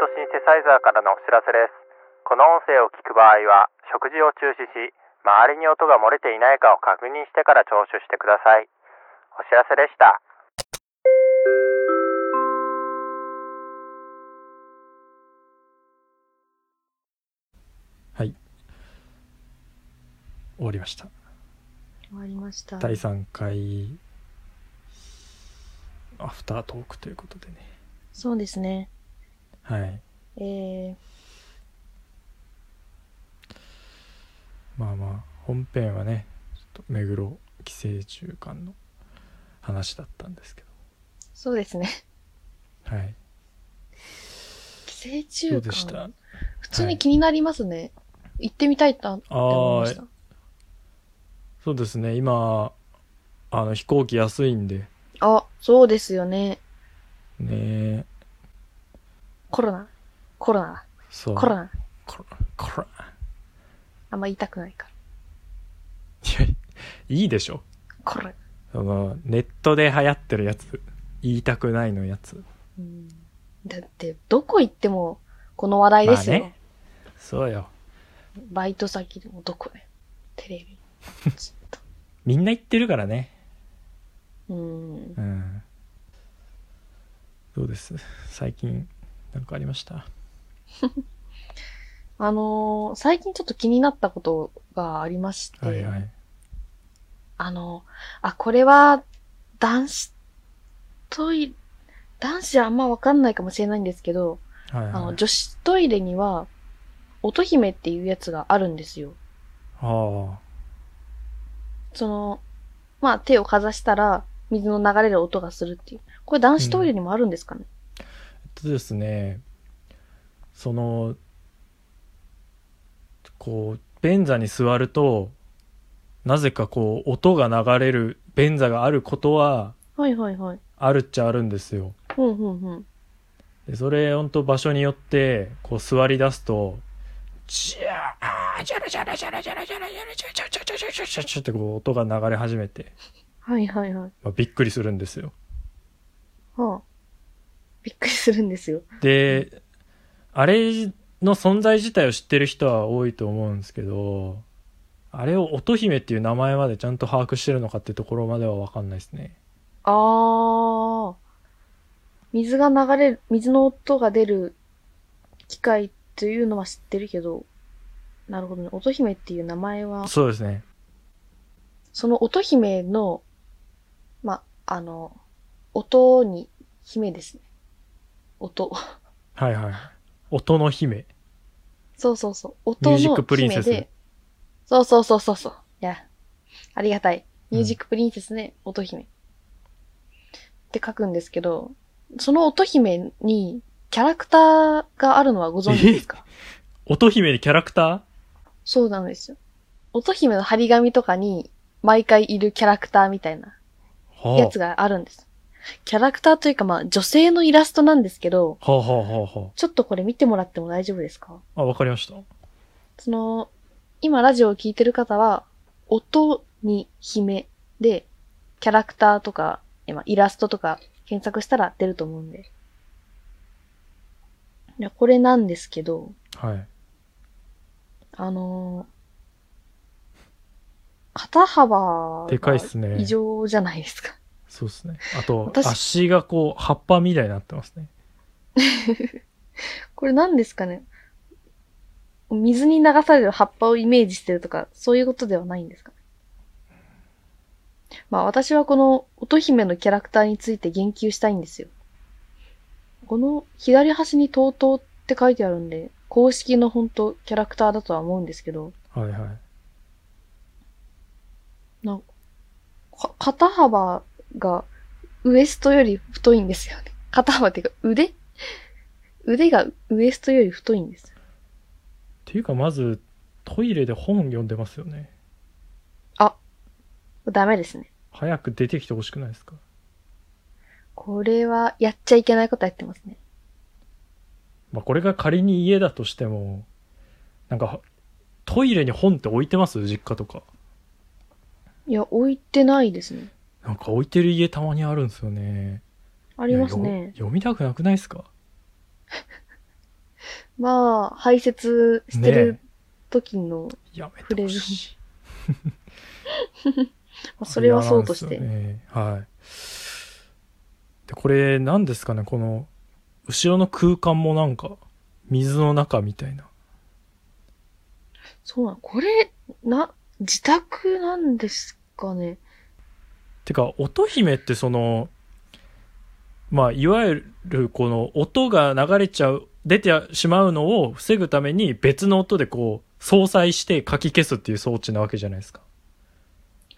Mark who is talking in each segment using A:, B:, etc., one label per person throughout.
A: トシンセサイザーからのお知らせです。この音声を聞く場合は、食事を中止し、周りに音が漏れていないかを確認してから聴取してください。お知らせでした。
B: はい終わりました
C: 終わりました。
B: 第3回アフタートークということでね
C: そうですね。
B: はい
C: えー、
B: まあまあ本編はねちょっと目黒寄生虫館の話だったんですけ
C: そうですね。
B: どはい
C: 寄生虫
B: どう
C: 館。
B: でした
C: 普通
B: は
C: に
B: い
C: 気になりますね。行ってみたいとって思いました。
B: そうですね今あの飛行機安いんで
C: あ、そうですよね。
B: ね
C: コロナ。コロナ。
B: そう
C: コロナ。
B: コロコロ
C: あんま言いたくないから。
B: いやいいでしょ
C: コロナ。
B: そのネットで流行ってるやつ言いたくないのやつ
C: うんだって、どこ行っても、この話題ですよ。
B: まあねそうよ
C: バイト先でもどこでも。テレビ。ずっと。
B: みんな言ってるからね
C: うん。
B: うんどうです最近なんかありました
C: あのー最近ちょっと気になったことがありまして、
B: はいはい
C: あの、あ、これは、男子トイレ、男子はあんまわかんないかもしれないんですけど、
B: はい
C: あ
B: は
C: の、
B: い
C: 女子トイレには、乙姫っていうやつがあるんですよ。
B: あ
C: その、まあ、手をかざしたら、水の流れる音がするっていう。これ男子トイレにもあるんですかね、
B: あえっとですねそのこう便座に座るとなぜかこう音が流れる便座があることは
C: はいはいはい。
B: あるっちゃあるんですよ
C: うんうんうん。
B: でそれほんと場所によってこう座り出すとジャージャラジャラジャラジャラジャラジャラジャラジャラジャラジャラジャラジャラジャラってこう音が流れ始めて、
C: はいはいはい。
B: まあ、びっくりするんですよ
C: はあ。びっくりするんですよ。
B: であれの存在自体を知ってる人は多いと思うんですけどあれを乙姫っていう名前までちゃんと把握してるのかってところまでは分かんないですね
C: あー。水が流れる、水の音が出る機械というのは知ってるけど、なるほどね。乙姫っていう名前は、
B: そうですね
C: その乙姫の、ま、あの、音に、姫ですね。音。
B: はいはい音の姫
C: そうそうそう。音の
B: ミュージックプリンセ
C: 姫
B: ス
C: で。そうそうそうそうそう。いや、ありがたい。ミュージックプリンセスね、音姫。って書くんですけど、その音姫にキャラクターがあるのはご存知ですか
B: 乙姫にキャラクタ
C: そうなんですよ。音姫の張り紙とかに毎回いるキャラクターみたいな
B: ーは
C: やつがあるんです。キャラクターというかまあ女性のイラストなんですけど、
B: あはあはあはあは
C: ちょっとこれ見てもらっても大丈夫ですか
B: ああ分かりました
C: その、今ラジオを聞いてる方は、音に姫で、キャラクターとか、えまあイラストとか検索したら出ると思うんで。いや、これなんですけど、
B: はい
C: あのー肩幅
B: でかいっすね
C: 異常じゃないですか。
B: そうですね。あと、
C: 私
B: 足がこう、葉っぱみたいになってますね。
C: これなんですかね水に流される葉っぱをイメージしてるとか、そういうことではないんですかまあ私はこの乙姫のキャラクターについて言及したいんですよ。この左端に TOTO って書いてあるんで、公式の本当キャラクターだとは思うんですけど、
B: はいはい。
C: なんかか肩幅がウエストより太いんですよね。 肩幅っていうか腕腕がウエストより太いんです。
B: っていうか、まず、トイレで本読んでますよね。
C: ダメですね。
B: 早く出てきてほしくないですか
C: これは、やっちゃいけないことやってますね。
B: まあ、これが仮に家だとしても、なんか、トイレに本って置いてます実家とか。
C: いや、置いてないですね。
B: なんか置いてる家たまにあるんですよね。
C: あ
B: あ
C: りますね。
B: 読みたくなくないですか
C: まあ、排泄してる時の、
B: やめ
C: 触
B: て
C: れ
B: ほ
C: る
B: しい。
C: まあ、それはそうとし
B: いや
C: て。
B: なんですよねはい。で、これ、何ですかね、この、後ろの空間もなんか、水の中みたいな。
C: そうなの。これ、な、自宅なんですかね。
B: てか、音姫ってその、まあ、いわゆるこの音が流れちゃう、出てしまうのを防ぐために別の音でこう、相殺してかき消すっていう装置なわけじゃないですか。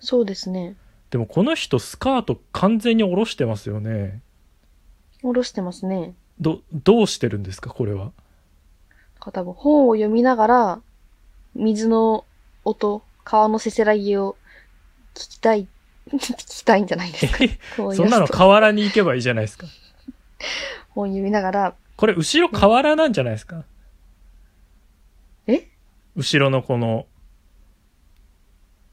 C: そうですね。
B: でもこの人スカート完全に下ろしてますよね。
C: 下ろしてますね。
B: ど、どうしてるんですかこれは。
C: だから多分本を読みながら、水の音、川のせせらぎを聞きたい、 聞きたいんじゃないですか。こういう
B: そんなの河原に行けばいいじゃないですか。
C: 本読みながら、
B: これ後ろ河原なんじゃないですか
C: え
B: 後ろのこの、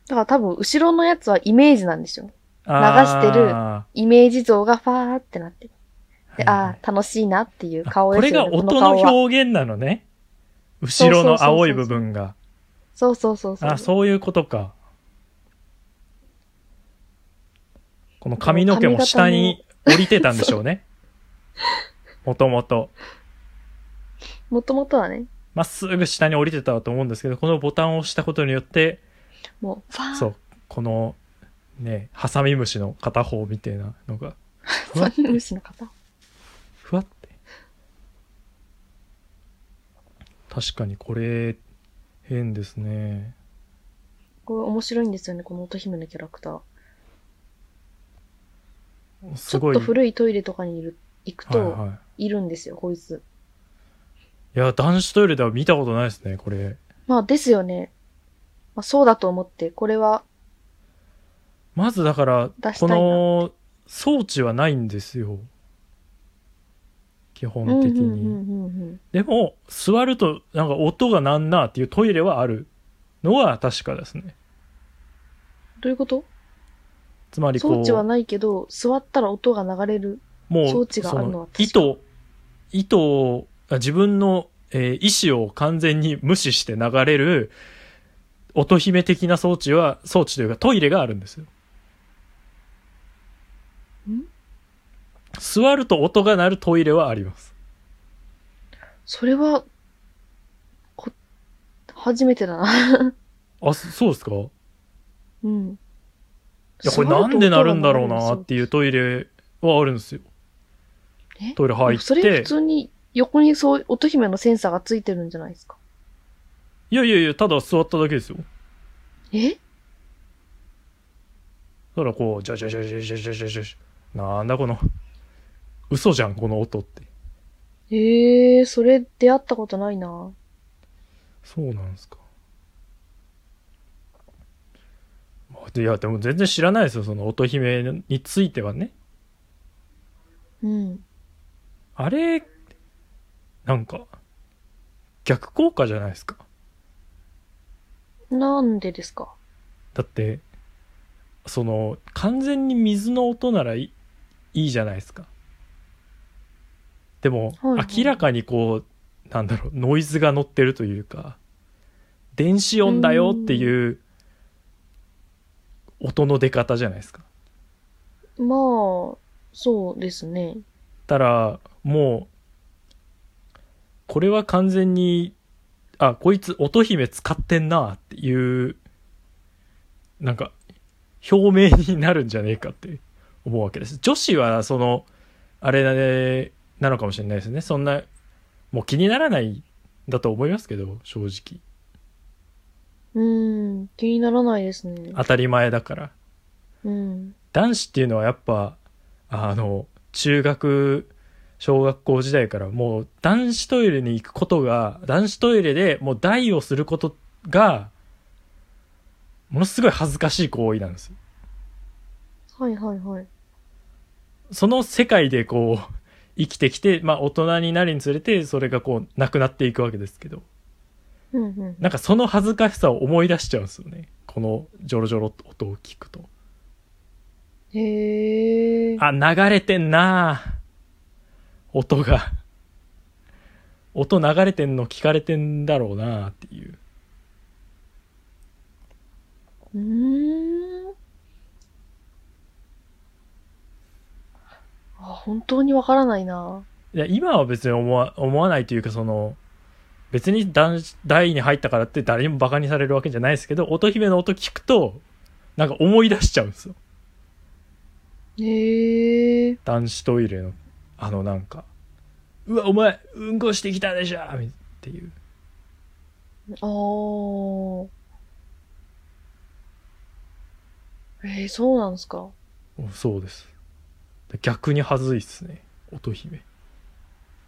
C: だから多分後ろのやつはイメージなんですよ。
B: あー
C: 流してるイメージ像がファーってなって。で、
B: はいはい
C: ああ、楽しいなっていう
B: あ
C: 顔
B: こ
C: で
B: れ
C: すよ
B: が
C: ね。
B: 音
C: こ
B: の
C: 顔は
B: 表現なのね。後ろの青い部分が。
C: そうそうそうそう。
B: あ、そういうことか。この髪の毛も下に降りてたんでしょうね。もともと。
C: もともとはね、
B: まっすぐ下に降りてたと思うんですけど、このボタンを押したことによって、
C: もう、フ ァー
B: そう、この、ね、ハサミムシの片方みたいなのが、ふわっ
C: 三
B: て、
C: 人虫の方。
B: ふわって。確かにこれ、変ですね。
C: これ面白いんですよね、この乙姫のキャラクター。ち
B: す
C: ょ
B: ごい。
C: っと古いトイレとかにいる行く
B: はい
C: と、
B: はい
C: るんですよ、こいつ。
B: い。いや、男子トイレでは見たことないですね、これ。
C: まあ、ですよね。まあ、そうだと思って、これは
B: まずだから
C: 出、し
B: こ
C: たいな
B: の装置はないんですよ。基本的に。
C: うんうんうんうん
B: でも、座るとなんか音がなんなっていうトイレはあるのは確かですね。
C: どういうこと
B: つまりこう、
C: 装置はないけど、座ったら音が流れる。
B: もう、
C: 装置があるのは確か
B: その意図、意図を、あ自分の、えー意思を完全に無視して流れる、音姫的な装置は、装置というかトイレがあるんですよ。
C: ん
B: 座ると音が鳴るトイレはあります。
C: それは、こ、初めてだな。
B: あ、そそうですかい
C: うん。
B: や、これなんで鳴るんだろうなっ
C: って
B: いうトイレはあるんですよ。
C: え
B: トイレ入っ
C: それ
B: て
C: 普。通に、横にそう、乙姫のセンサーがついてるんじゃないですか。
B: いやいやいや、ただ座っただけですよ。
C: え
B: だからこう、じゃじゃじゃじゃじゃじゃじゃじゃじゃ。なんだこの、嘘じゃん、この音って。
C: ええー、それ出会ったことないな。
B: そうなんですか。まあでいや、でも全然知らないですよ、その音姫についてはね。
C: うん。
B: あれ、なんか、逆効果じゃないですか。
C: なんでですか
B: だって、その、完全に水の音ならいいいじゃないですか。でも、
C: はいはい
B: 明らかにこう、なんだろう、ノイズが乗ってるというか、電子音だよっていう音の出方じゃないですか。
C: まあ、そうですね。
B: たら、もう、これは完全に、あ、こいつ音姫使ってんなっていう、なんか、表明になるんじゃねえかって思うわけです。女子は、その、あれなねなのかもしれないですね。そんな、もう気にならないんだと思いますけど、正直。
C: うーん、気にならないですね。
B: 当たり前だから。
C: うん。
B: 男子っていうのはやっぱあの中学小学校時代からもう男子トイレに行くことが男子トイレでもう代をすることがものすごい恥ずかしい行為なんですよ
C: はいはいはい。
B: その世界でこう生きてきて、まあ、大人になるにつれてそれがこうなくなっていくわけですけど
C: うんうん。
B: なんかその恥ずかしさを思い出しちゃうんですよねこのジョロジョロと音を聞くと
C: へ え。
B: あ、流れてんなあ音が。音流れてんの聞かれてんだろうなっていう。
C: うーん。あ、本当にわからないな。
B: いや、今は別に思わ思わないというか、その、別に男子第位に入ったからって誰にもバカにされるわけじゃないですけど、乙姫の音聞くと、なんか思い出しちゃうんですよ。
C: へえ。
B: 男子トイレの、あのなんか、うわ、お前、うんこしてきたでしょみっていう。
C: あー。えー、そうなんですか。
B: おそうです。逆に恥ずいっすね、乙姫。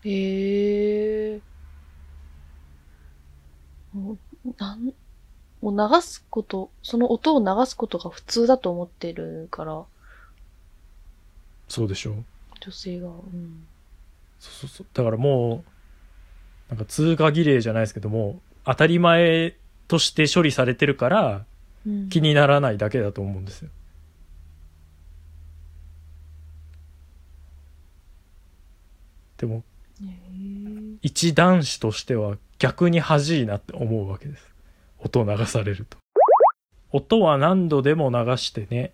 C: へえ。もう、なん、もう流すこと、その音を流すことが普通だと思ってるから、
B: そうでしょう
C: 女性が。うん。
B: そうそうそう。だからもう、なんか通過儀礼じゃないですけども、当たり前として処理されてるから、
C: うん、
B: 気にならないだけだと思うんですよ。でも、
C: へー
B: 一男子としては逆に恥いなって思うわけです。音を流されると。音は何度でも流してね。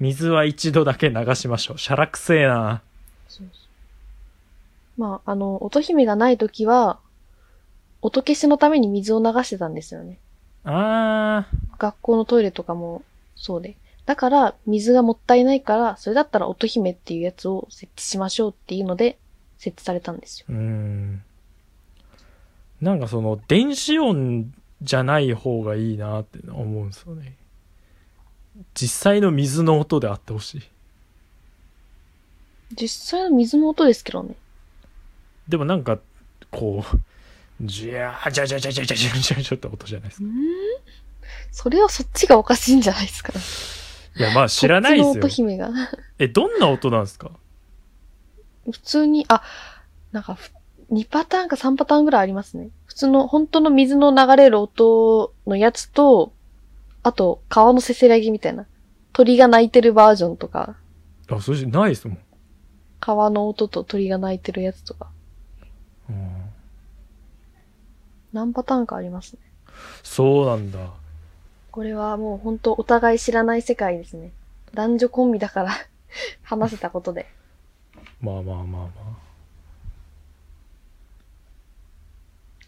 B: 水は一度だけ流しましょう。しゃらくせえな。
C: そうそう。まあ、あの、乙姫がない時は、音消しのために水を流してたんですよね。
B: あー。
C: 学校のトイレとかもそうで。だから、水がもったいないから、それだったら乙姫っていうやつを設置しましょうっていうので、設置されたんですよ。
B: うーん。なんかその、電子音じゃない方がいいなって思うんですよね。実際の水の音であってほしい。
C: 実際の水の音ですけどね。
B: でもなんか、こう、じゃーじゃじゃじゃじゃじゃじゃじゃじゃって音じゃないですか。
C: それはそっちがおかしいんじゃないですか。
B: いや、まあ知らない
C: こっちの
B: で
C: 乙
B: すよ。
C: 姫が。
B: え、どんな音なんですか
C: 普通に、あ、なんかふ、2パターンか3パターンぐらいありますね。普通の、本当の水の流れる音のやつと、あと、川のせせらぎみたいな。鳥が鳴いてるバージョンとか、
B: あ、それじゃないですもん。
C: 川の音と鳥が鳴いてるやつとか、
B: うん
C: 何パターンかありますね。
B: そうなんだ。
C: これはもう本当お互い知らない世界ですね。男女コンビだから 話せたことで。
B: まあまあまあま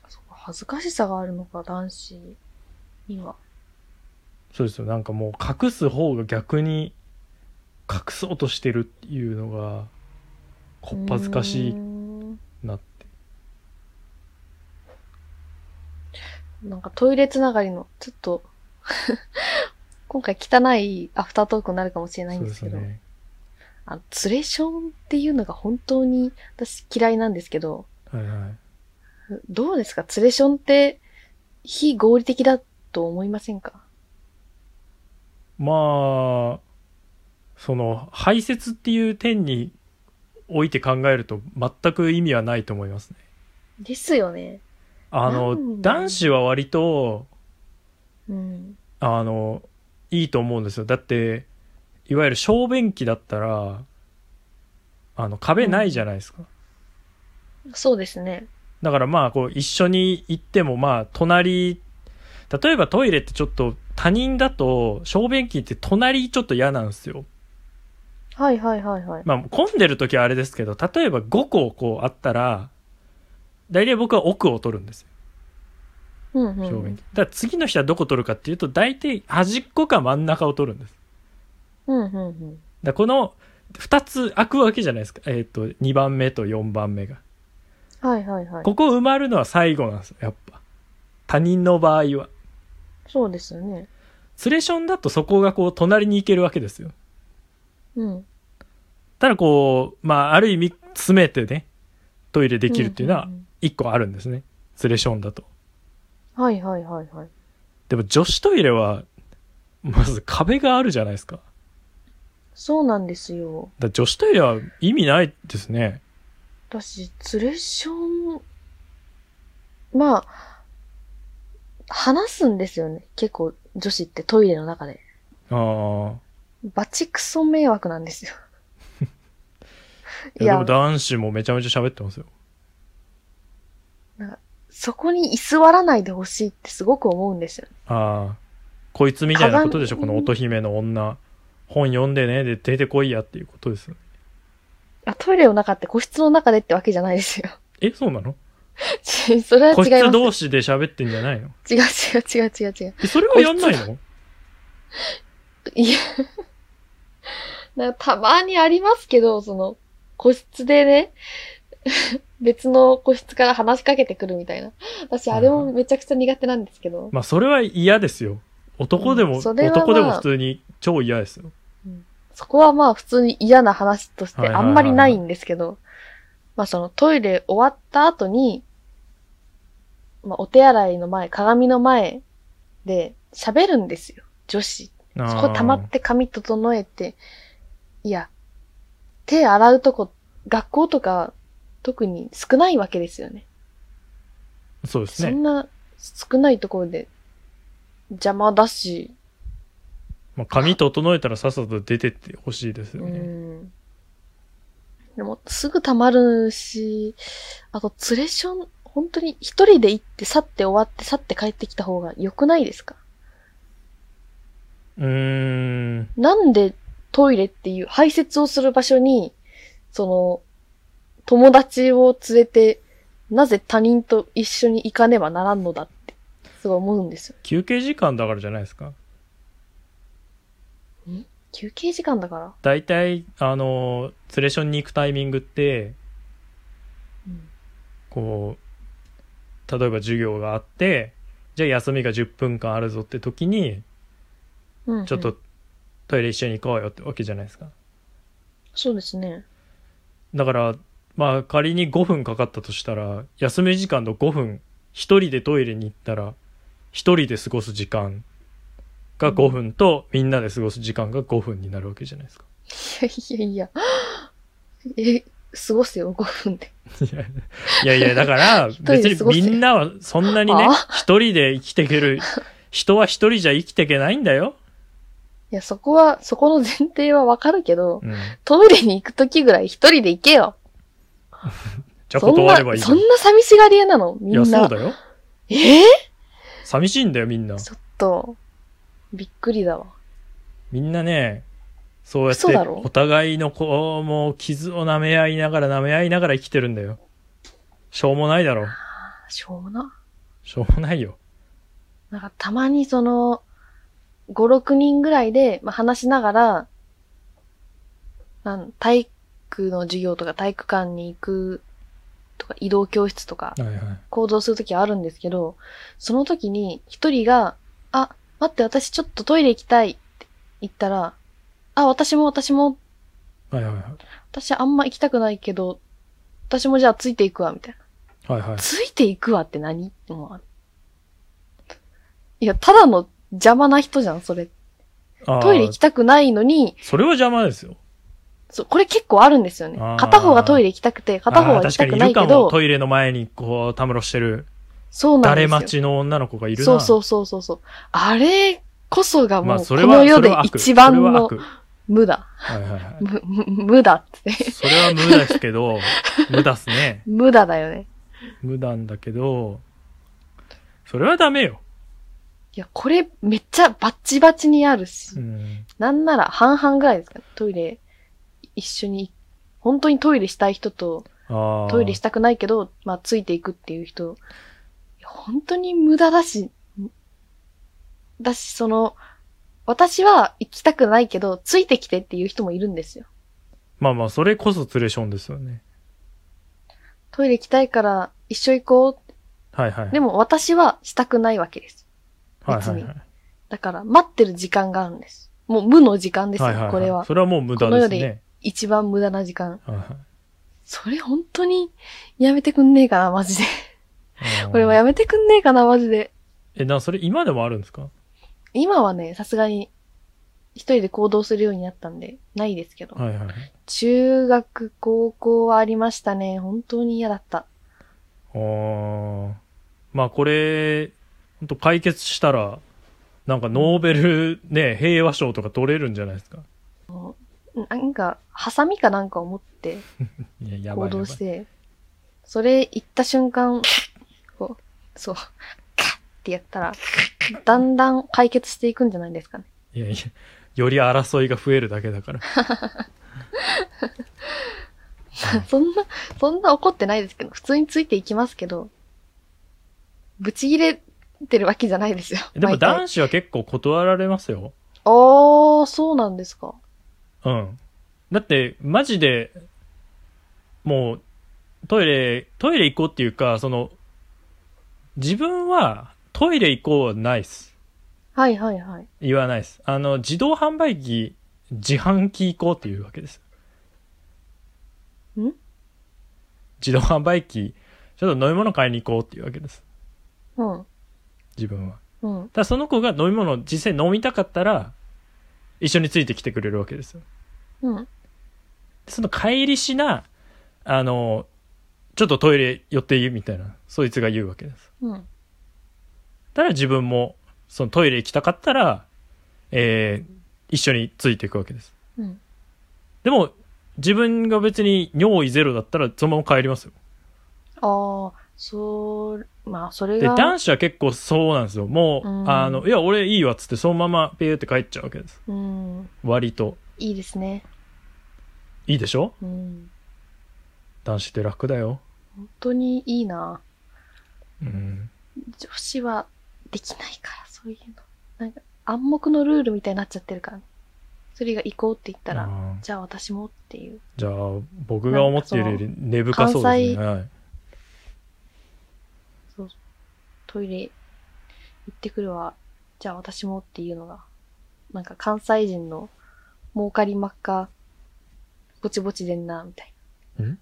C: そこ恥ずかしさがあるのか、男子には。
B: あ。そうですよ。なんかもう隠す方が逆に隠そうとしてるっていうのが、こっぱずかしい
C: うーん
B: なって。
C: なんかトイレつながりの、ちょっと、 今回汚いアフタートークになるかもしれない
B: そう
C: んで
B: ですす
C: けど、
B: ね。
C: あの、ツレションっていうのが本当に私嫌いなんですけど、
B: はいはい。
C: どうですかツレションって非合理的だと思いませんか
B: まあ、その、排泄っていう点において考えると全く意味はないと思いますね。
C: ですよね。
B: あの
C: なん、だ
B: 男子は割と、
C: うん。
B: あの、いいと思うんですよ。だって、いわゆる小便器だったら、あの、壁ないじゃないですか。
C: そうですね。
B: だからまあ、こう、一緒に行っても、まあ、隣、例えばトイレってちょっと、他人だと、小便器って隣ちょっと嫌なんですよ。
C: はいはいはいはい。
B: まあ、混んでる時はあれですけど、例えば5個こうあったら、大体僕は奥を取るんですよ。
C: うんうん、
B: 小便器。だから次の人はどこ取るかっていうと、大体端っこか真ん中を取るんです。
C: うんうんうん。
B: だからこの2つ開くわけじゃないですか。えっ、と、2番目と4番目が。
C: はいはいはい。
B: ここ埋まるのは最後なんですよ、やっぱ。他人の場合は。
C: そうですよね。
B: ツレションだとそこがこう、隣に行けるわけですよ。
C: うん。
B: ただこう、まあ、ある意味、詰めてね、トイレできるっていうのは
C: んんん
B: 1個あるんですね。ツレションだと。
C: はいはいはいはい。
B: でも女子トイレは、まず壁があるじゃないですか。だか
C: そうなんですよ。
B: ら女子トイレは意味ないですね。
C: 私、ツレション、まあ、話すんですよね。結構、女子ってトイレの中で。
B: ああ。
C: バチクソ迷惑な んですよ。
B: いや、でも男子もめちゃめちゃ喋ってますよ。
C: なそこに居座らないでほしいってすごく思うんですよ。
B: ああ、こいつみたいなことでしょ、こ
C: 鏡
B: の乙姫の女。本読んでね、で出てこいやっていうことですよね。
C: あトイレの中って個室の中でってわけじゃないですよ。
B: え、そうなの
C: ち それは違い
B: 個
C: ます。
B: 室同士で喋ってんじゃないの
C: 違う違う違う違う違う。
B: え、それはやんないの
C: いや、 なんかたまにありますけど、その、個室でね、 別の個室から話しかけてくるみたいな。私、あれもめちゃくちゃ苦手なんですけど。
B: まあ、それは嫌ですよ。男でも、
C: うんそれはまあ
B: 男でも普通に超嫌ですよ。
C: そこはまあ普通に嫌な話として
B: はいはいはい
C: あ
B: はい
C: んまりないんですけど、まあそのトイレ終わった後に、まあお手洗いの前、鏡の前で喋るんですよ、女子。
B: あ
C: そ
B: ー
C: こ溜まって髪整えて、いや、手洗うとこ、学校とか特に少ないわけですよね。
B: そうです
C: そ
B: ね。
C: んな少ないところで邪魔だし、
B: まあ、髪整えたらさっさと出てってほしいですよ
C: う
B: ね。
C: ん。でも、すぐ溜まるし、あと、ツレション、本当に一人で行って、去って終わって、去って帰ってきた方が良くないですか
B: うーん。
C: なんでトイレっていう排泄をする場所に、その、友達を連れて、なぜ他人と一緒に行かねばならんのだって、すごい思うんですよ。
B: 休憩時間だからじゃないですか。
C: 休憩時間だから。
B: 大体、あの、ツレションに行くタイミングって、
C: うん
B: こう、例えば授業があって、じゃあ休みが10分間あるぞって時に、
C: うん、
B: ちょっと。トイレ一緒に行こうよってわけじゃないですか。
C: そうですね。
B: だから、まあ仮に5分かかったとしたら、休み時間の5分、一人でトイレに行ったら、一人で過ごす時間が5分と、みんなで過ごす時間が5分になるわけじゃないですか。
C: いやいや いや。え、過ごすよ、5分で。
B: いやいや、だ から、
C: 人で
B: 別
C: 過ごせ
B: にみんなはそんなにね
C: あ、
B: 一人で生きていける、人は一人じゃ生きていけないんだよ。
C: いや、そこは、そこの前提はわかるけど、
B: うん。
C: トイレに行くときぐらい一人で行けよ。
B: じゃあ
C: そん
B: 断ればいい
C: な、そ
B: よ。
C: んな寂しがり屋なのみ
B: い
C: んな。
B: や、そうだよ。
C: え
B: 寂しいんだよ、みんな
C: ー。ちょっと、びっくりだわ。
B: みんなね、そうやって
C: 嘘だろ
B: お互いのこう、もう傷を舐め合いながら舐め合いながら生きてるんだよ。しょうもないだろ。
C: しょうもな。
B: しょうもないよ。
C: なんかたまにその、5、6人ぐらいで、まあ、話しながら、なん体育の授業とか体育館に行くとか移動教室とか
B: はいはい。
C: 行動するときあるんですけど、その時に一人が、あ、待って、私ちょっとトイレ行きたいって言ったら、あ、私も私も、
B: はいはいはい。
C: 私あんま行きたくないけど、私もじゃあついていくわ、みたいな。
B: はいはい。
C: ついていくわって何って思ういや、ただの邪魔な人じゃん、それ。
B: あー
C: トイレ行きたくないのに、
B: それは邪魔ですよ。
C: そうこれ結構あるんですよね
B: あー。
C: 片方がトイレ行きたくて、片方は
B: あー
C: 行きた
B: 確
C: く
B: か
C: な
B: にいる
C: い
B: か
C: け
B: も。
C: ど、
B: トイレの前にこう、たむろしてる。
C: そうなんです
B: 誰
C: よ。
B: 待ちの女の子がいるな。
C: そうそうそうそうそう。あれこそが
B: ま
C: も
B: あ、
C: う、
B: そ
C: こ
B: れは、
C: の世
B: それ
C: で
B: は悪
C: 一番の
B: それは
C: 無駄。
B: 悪。はいはいは
C: むむ無駄って。
B: い。それは無駄ですけど、無駄っすね。
C: 無駄だよね。
B: 無駄んだけど、それはダメよ。
C: いや、これめっちゃバッチバチにあるし、
B: うん。
C: なんなら半々ぐらいですかね。トイレ、一緒に、本当にトイレしたい人と、
B: ああ。
C: トイレしたくないけど、まあ、ついていくっていう人、いや本当に無駄だし、だし、その、私は行きたくないけど、ついてきてっていう人もいるんですよ。
B: まあまあ、それこそツレションですよね。
C: トイレ行きたいから一緒行こ
B: はいはい。
C: う。でも私はしたくないわけです。
B: はい
C: 別
B: はい
C: に
B: はい、
C: だから、待ってる時間があるんです。もう無の時間ですよ、
B: はいはいい
C: これは。
B: それはもう無駄ですね。
C: 一番無駄な時間。
B: はいはい
C: それ本当にやめてくんねえかな、マジで。
B: うん
C: これはやめてくんねえかな、マジで。
B: え、な、それ今でもあるんですか
C: 今はね、さすがに一人で行動するようになったんで、ないですけど。
B: はいはいはい。
C: 中学、高校はありましたね。本当に嫌だった。
B: あーまあこれ、本当解決したら、なんかノーベルね、平和賞とか取れるんじゃないですか。
C: なんか、ハサミかなんかを持って
B: いや、やば
C: 行
B: いやば
C: 動
B: い。
C: して、それ行った瞬間、こう、そう、カッってやったら、だんだん解決していくんじゃないですかね。
B: いやいや、より争いが増えるだけだから。
C: そんな、そんな怒ってないですけど、普通についていきますけど、ぶち切れてるわけじゃないですよ。
B: でも
C: 毎回
B: 男子は結構断られますよ。
C: ああ、そうなんですか。
B: うん。だって、マジで、もう、トイレ、トイレ行こうっていうか、その、自分はトイレ行こうはないっす。
C: はいはいはい。
B: 言わないです。あの、自動販売機、自販機行こうっていうわけです。
C: ん
B: 自動販売機、ちょっと飲み物買いに行こうっていうわけです。
C: うん。
B: 自分は。
C: うん。
B: ただその子が飲み物を実際飲みたかったら、一緒についてきてくれるわけですよ。
C: うん。
B: その帰りしな、あの、ちょっとトイレ寄っていいみたいな、そいつが言うわけです。
C: うん。
B: ただ自分も、そのトイレ行きたかったら、えー、一緒についていくわけです。
C: うん。
B: でも、自分が別に尿意ゼロだったら、そのまま帰りますよ。
C: ああ、そう、まあ、それ
B: で、
C: が。
B: 男子は結構そうなんですよ。もう、
C: うん
B: あの、いや、俺いいわっつって、そのままペーって帰っちゃうわけです。
C: うん。
B: 割と。
C: いいですね。
B: いいでしょ
C: うん。
B: 男子って楽だよ。
C: 本当にいいな。
B: うん。
C: 女子はできないから、そういうの。なんか、暗黙のルールみたいになっちゃってるから。それが行こうって言ったら、
B: うん
C: じゃあ私もっていう。
B: じゃあ、僕が思っているより根深そうですね。はい
C: トイレ行ってくるわ。じゃあ私もっていうのが、なんか関西人の儲かりまっか、ぼちぼちでんな、みたい
B: ん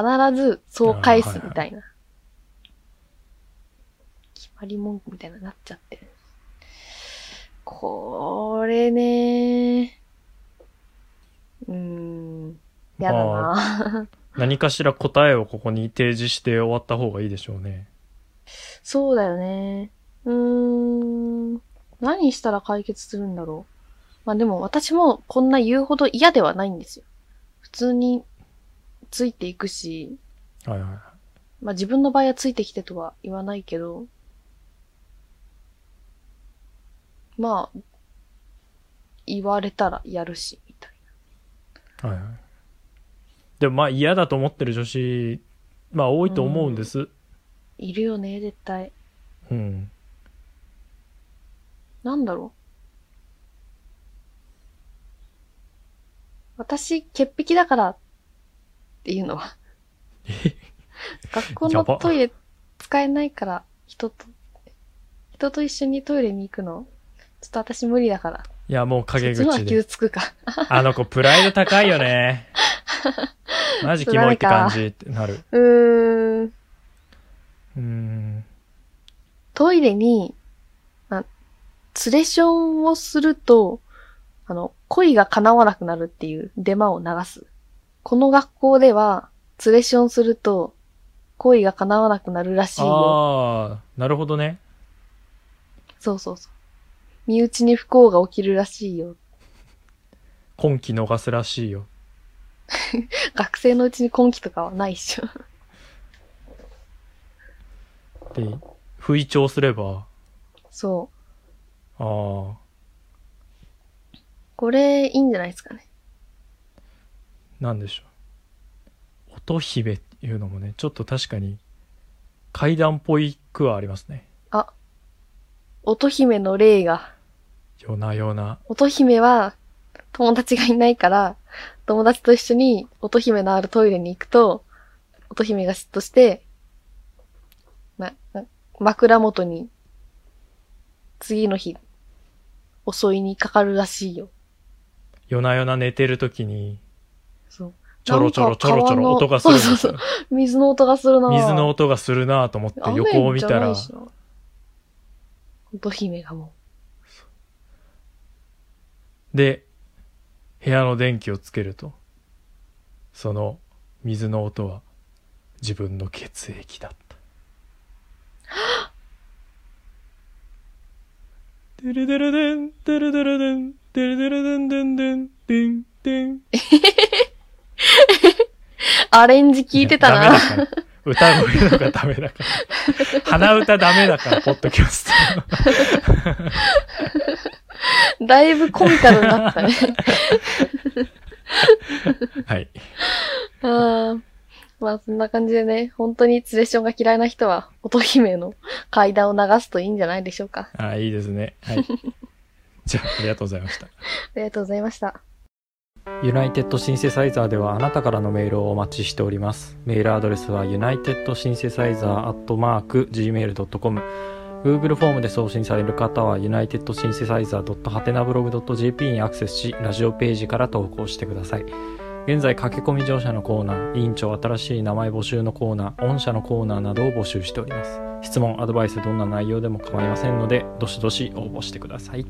C: な。必ずそう返すみたいな。決まり文句みたいななっちゃってる。これねうーん。やだな、
B: 何かしら答えをここに提示して終わった方がいいでしょうね。
C: そうだよね。うーん。何したら解決するんだろう。まあでも私もこんな言うほど嫌ではないんですよ。普通についていくし、
B: はいはい。
C: まあ自分の場合はついてきてとは言わないけど、まあ、言われたらやるし、みたい
B: はいはい。でもまあ嫌だと思ってる女子、まあ多いと思うんです。
C: な。いるよね、絶対。
B: うん。
C: なんだろう私、潔癖だからっていうのは。 学校
B: や
C: の
B: ば
C: トイレ使えないから、人と、人と一緒にトイレに行くの、ちょっと私無理だから。
B: いやもう
C: そ
B: 陰
C: っちの方
B: 口
C: が
B: で
C: 傷。つくか。
B: あの子プライド高いよ ね。マジキモいって感じってなる。
C: うーん。
B: うーん。
C: トイレに、あ、ツレションをすると、あの、恋が叶わなくなるっていうデマを流す。この学校では、ツレションすると、恋が叶わなくなるらしいよ。
B: ああ、なるほどね。
C: そうそうそう。身内に不幸が起きるらしいよ。
B: 今期逃すらしいよ。
C: 学生のうちに今期とかはないっしょ。
B: で、不意調すれば、
C: そ
B: ああ、
C: う。これ、いいんじゃないですかね。
B: なんでしょう。乙姫っていうのもね、ちょっと確かに階段っぽい句はありますね。
C: 乙姫の霊が。
B: よなよな。
C: 乙姫は友達がいないから、友達と一緒に乙姫のあるトイレに行くと、乙姫が嫉妬して、な、な枕元に、次の日、襲いにかかるらしいよ。
B: 夜な夜な寝てる時に、
C: そう。
B: ちょろちょろちょろちょろ音がするん
C: そう
B: です
C: そう
B: よ
C: そう。水の音がするなぁ
B: 水の音がするなぁと思って横を見た
C: 雨
B: ら
C: じ、ゃないしな乙姫がも
B: で、部屋の電気をつけると、その水の音は自分の血液だった。 デルデルデン、デルデルデン、デルデルデンデンデン、デン、デン。
C: う、アレンジ聞いてた
B: ダメ
C: な
B: だから歌声のがダメだから鼻歌ダメだからポッドキャスト
C: だいぶコミカルになったね。
B: はい
C: あーまあそんな感じでね、本当にツレションが嫌いな人は、乙姫の階段を流すといいんじゃないでしょうか。
B: あいいですねはいじゃあありがとうございました
C: ありがとうございました。
B: ユナイテッドシンセサイザーではあなたからのメールをお待ちしております。メールアドレスは unitedsynthesizer.gmail.com Google フォームで送信される方は unitedsynthesizer.hatenablog.jp にアクセスし、ラジオページから投稿してください。現在、駆け込み乗車のコーナー、委員長新しい名前募集のコーナー、御社のコーナーなどを募集しております。質問、アドバイス、どんな内容でも構いませんので、どしどし応募してください。